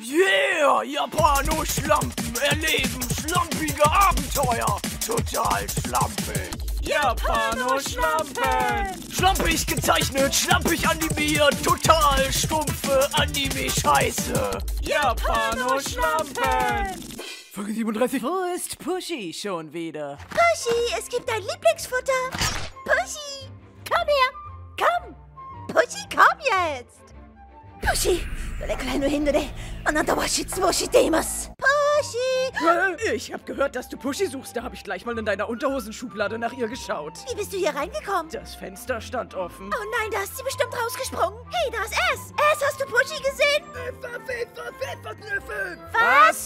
Yeah, Japano-Schlampen erleben schlampige Abenteuer. Total schlampig. Japano-Schlampen. Schlampig gezeichnet, schlampig animiert, total stumpfe Anime-Scheiße. Japano-Schlampen. Folge 37. Wo ist Pushy schon wieder? Pushy, es gibt dein Lieblingsfutter. Pushy, komm her. Komm. Pushy, komm jetzt. Pushy, どれくらいの頻度であなたは失望しています。Pushy, Ich hab gehört, dass du Pushy suchst. Da hab ich gleich mal in deiner Unterhosenschublade nach ihr geschaut. wie bist du hier reingekommen? Das Fenster stand offen. Oh nein, da ist sie bestimmt rausgesprungen. Hey, da ist S. S, hast du Pushy gesehen? Was?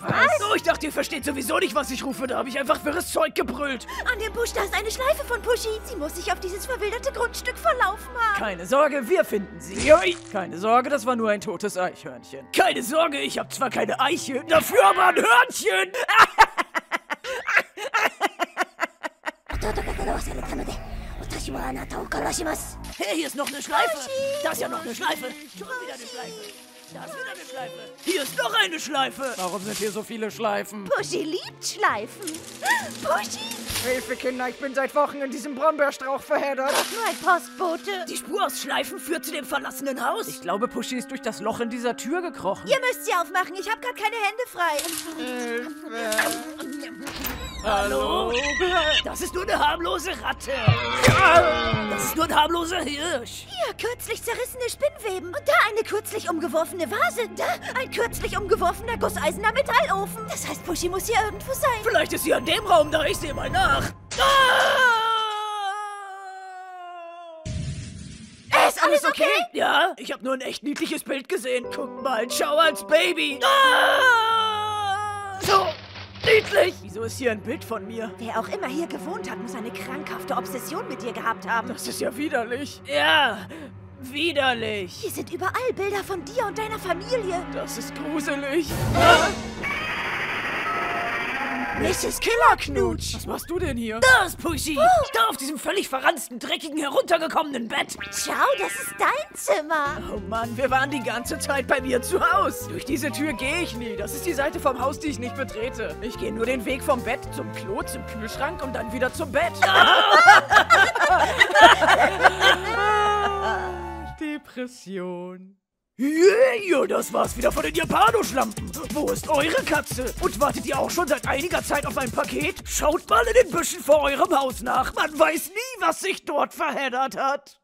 Was? Oh, ich dachte, ihr versteht sowieso nicht, was ich rufe. Da habe ich einfach wirres Zeug gebrüllt. An dem Busch, da ist eine Schleife von Pushy. Sie muss sich auf dieses verwilderte Grundstück verlaufen haben. Keine Sorge, wir finden sie. Joi. Keine Sorge, das war nur ein totes Eichhörnchen. Keine Sorge, ich habe zwar keine Eiche, dafür aber ein Hörnchen. Ah, 弟が呪わされたので私はあなたを殺します Hey, hier ist noch eine Schleife. Toshi. Da ist ja noch eine Schleife. Schon wieder eine Schleife. Da ist wieder eine Schleife. Hier ist noch eine Schleife. Warum sind hier so viele Schleifen? Buschi liebt Schleifen. Buschi, Hilfe, Kinder, ich bin seit Wochen in diesem Brombeerstrauch verheddert. nur ein Postbote. Die Spur aus Schleifen führt zu dem verlassenen Haus. Ich glaube, Pushy ist durch das Loch in dieser Tür gekrochen. Ihr müsst sie aufmachen, ich habe gerade keine Hände frei. Hallo? Das ist nur eine harmlose Ratte. Das ist nur ein harmloser Hirsch. Hier, kürzlich zerrissene Spinnweben. Und da eine kürzlich umgeworfene Vase. Da ein kürzlich umgeworfener gusseisener Metallofen. Das heißt, Buschi muss hier irgendwo sein. Vielleicht ist sie in dem Raum da. Ich sehe mal nach. Äh, Ah! Äh, Ist alles okay? Ja, ich habe nur ein echt niedliches Bild gesehen. Guck mal, schau als Baby. Ah! So niedlich. Wieso ist hier ein Bild von mir? Wer auch immer hier gewohnt hat, muss eine krankhafte Obsession mit dir gehabt haben. Das ist ja widerlich. Ja, widerlich. Hier sind überall Bilder von dir und deiner Familie. Das ist gruselig. Mrs. Killerknutsch. Was machst du denn hier? Da ist Pussy. Da auf diesem völlig verranzten, dreckigen, heruntergekommenen Bett. Schau, das ist dein Zimmer. Oh Mann, wir waren die ganze Zeit bei mir zu Haus. Durch diese Tür gehe ich nie. Das ist die Seite vom Haus, die ich nicht betrete. Ich gehe nur den Weg vom Bett zum Klo, zum Kühlschrank und dann wieder zum Bett. Depression. Yeah, das war's wieder von den Japanoschlampen. Wo ist eure Katze? Und wartet ihr auch schon seit einiger Zeit auf ein Paket? Schaut mal in den Büschen vor eurem Haus nach. Man weiß nie, was sich dort verheddert hat.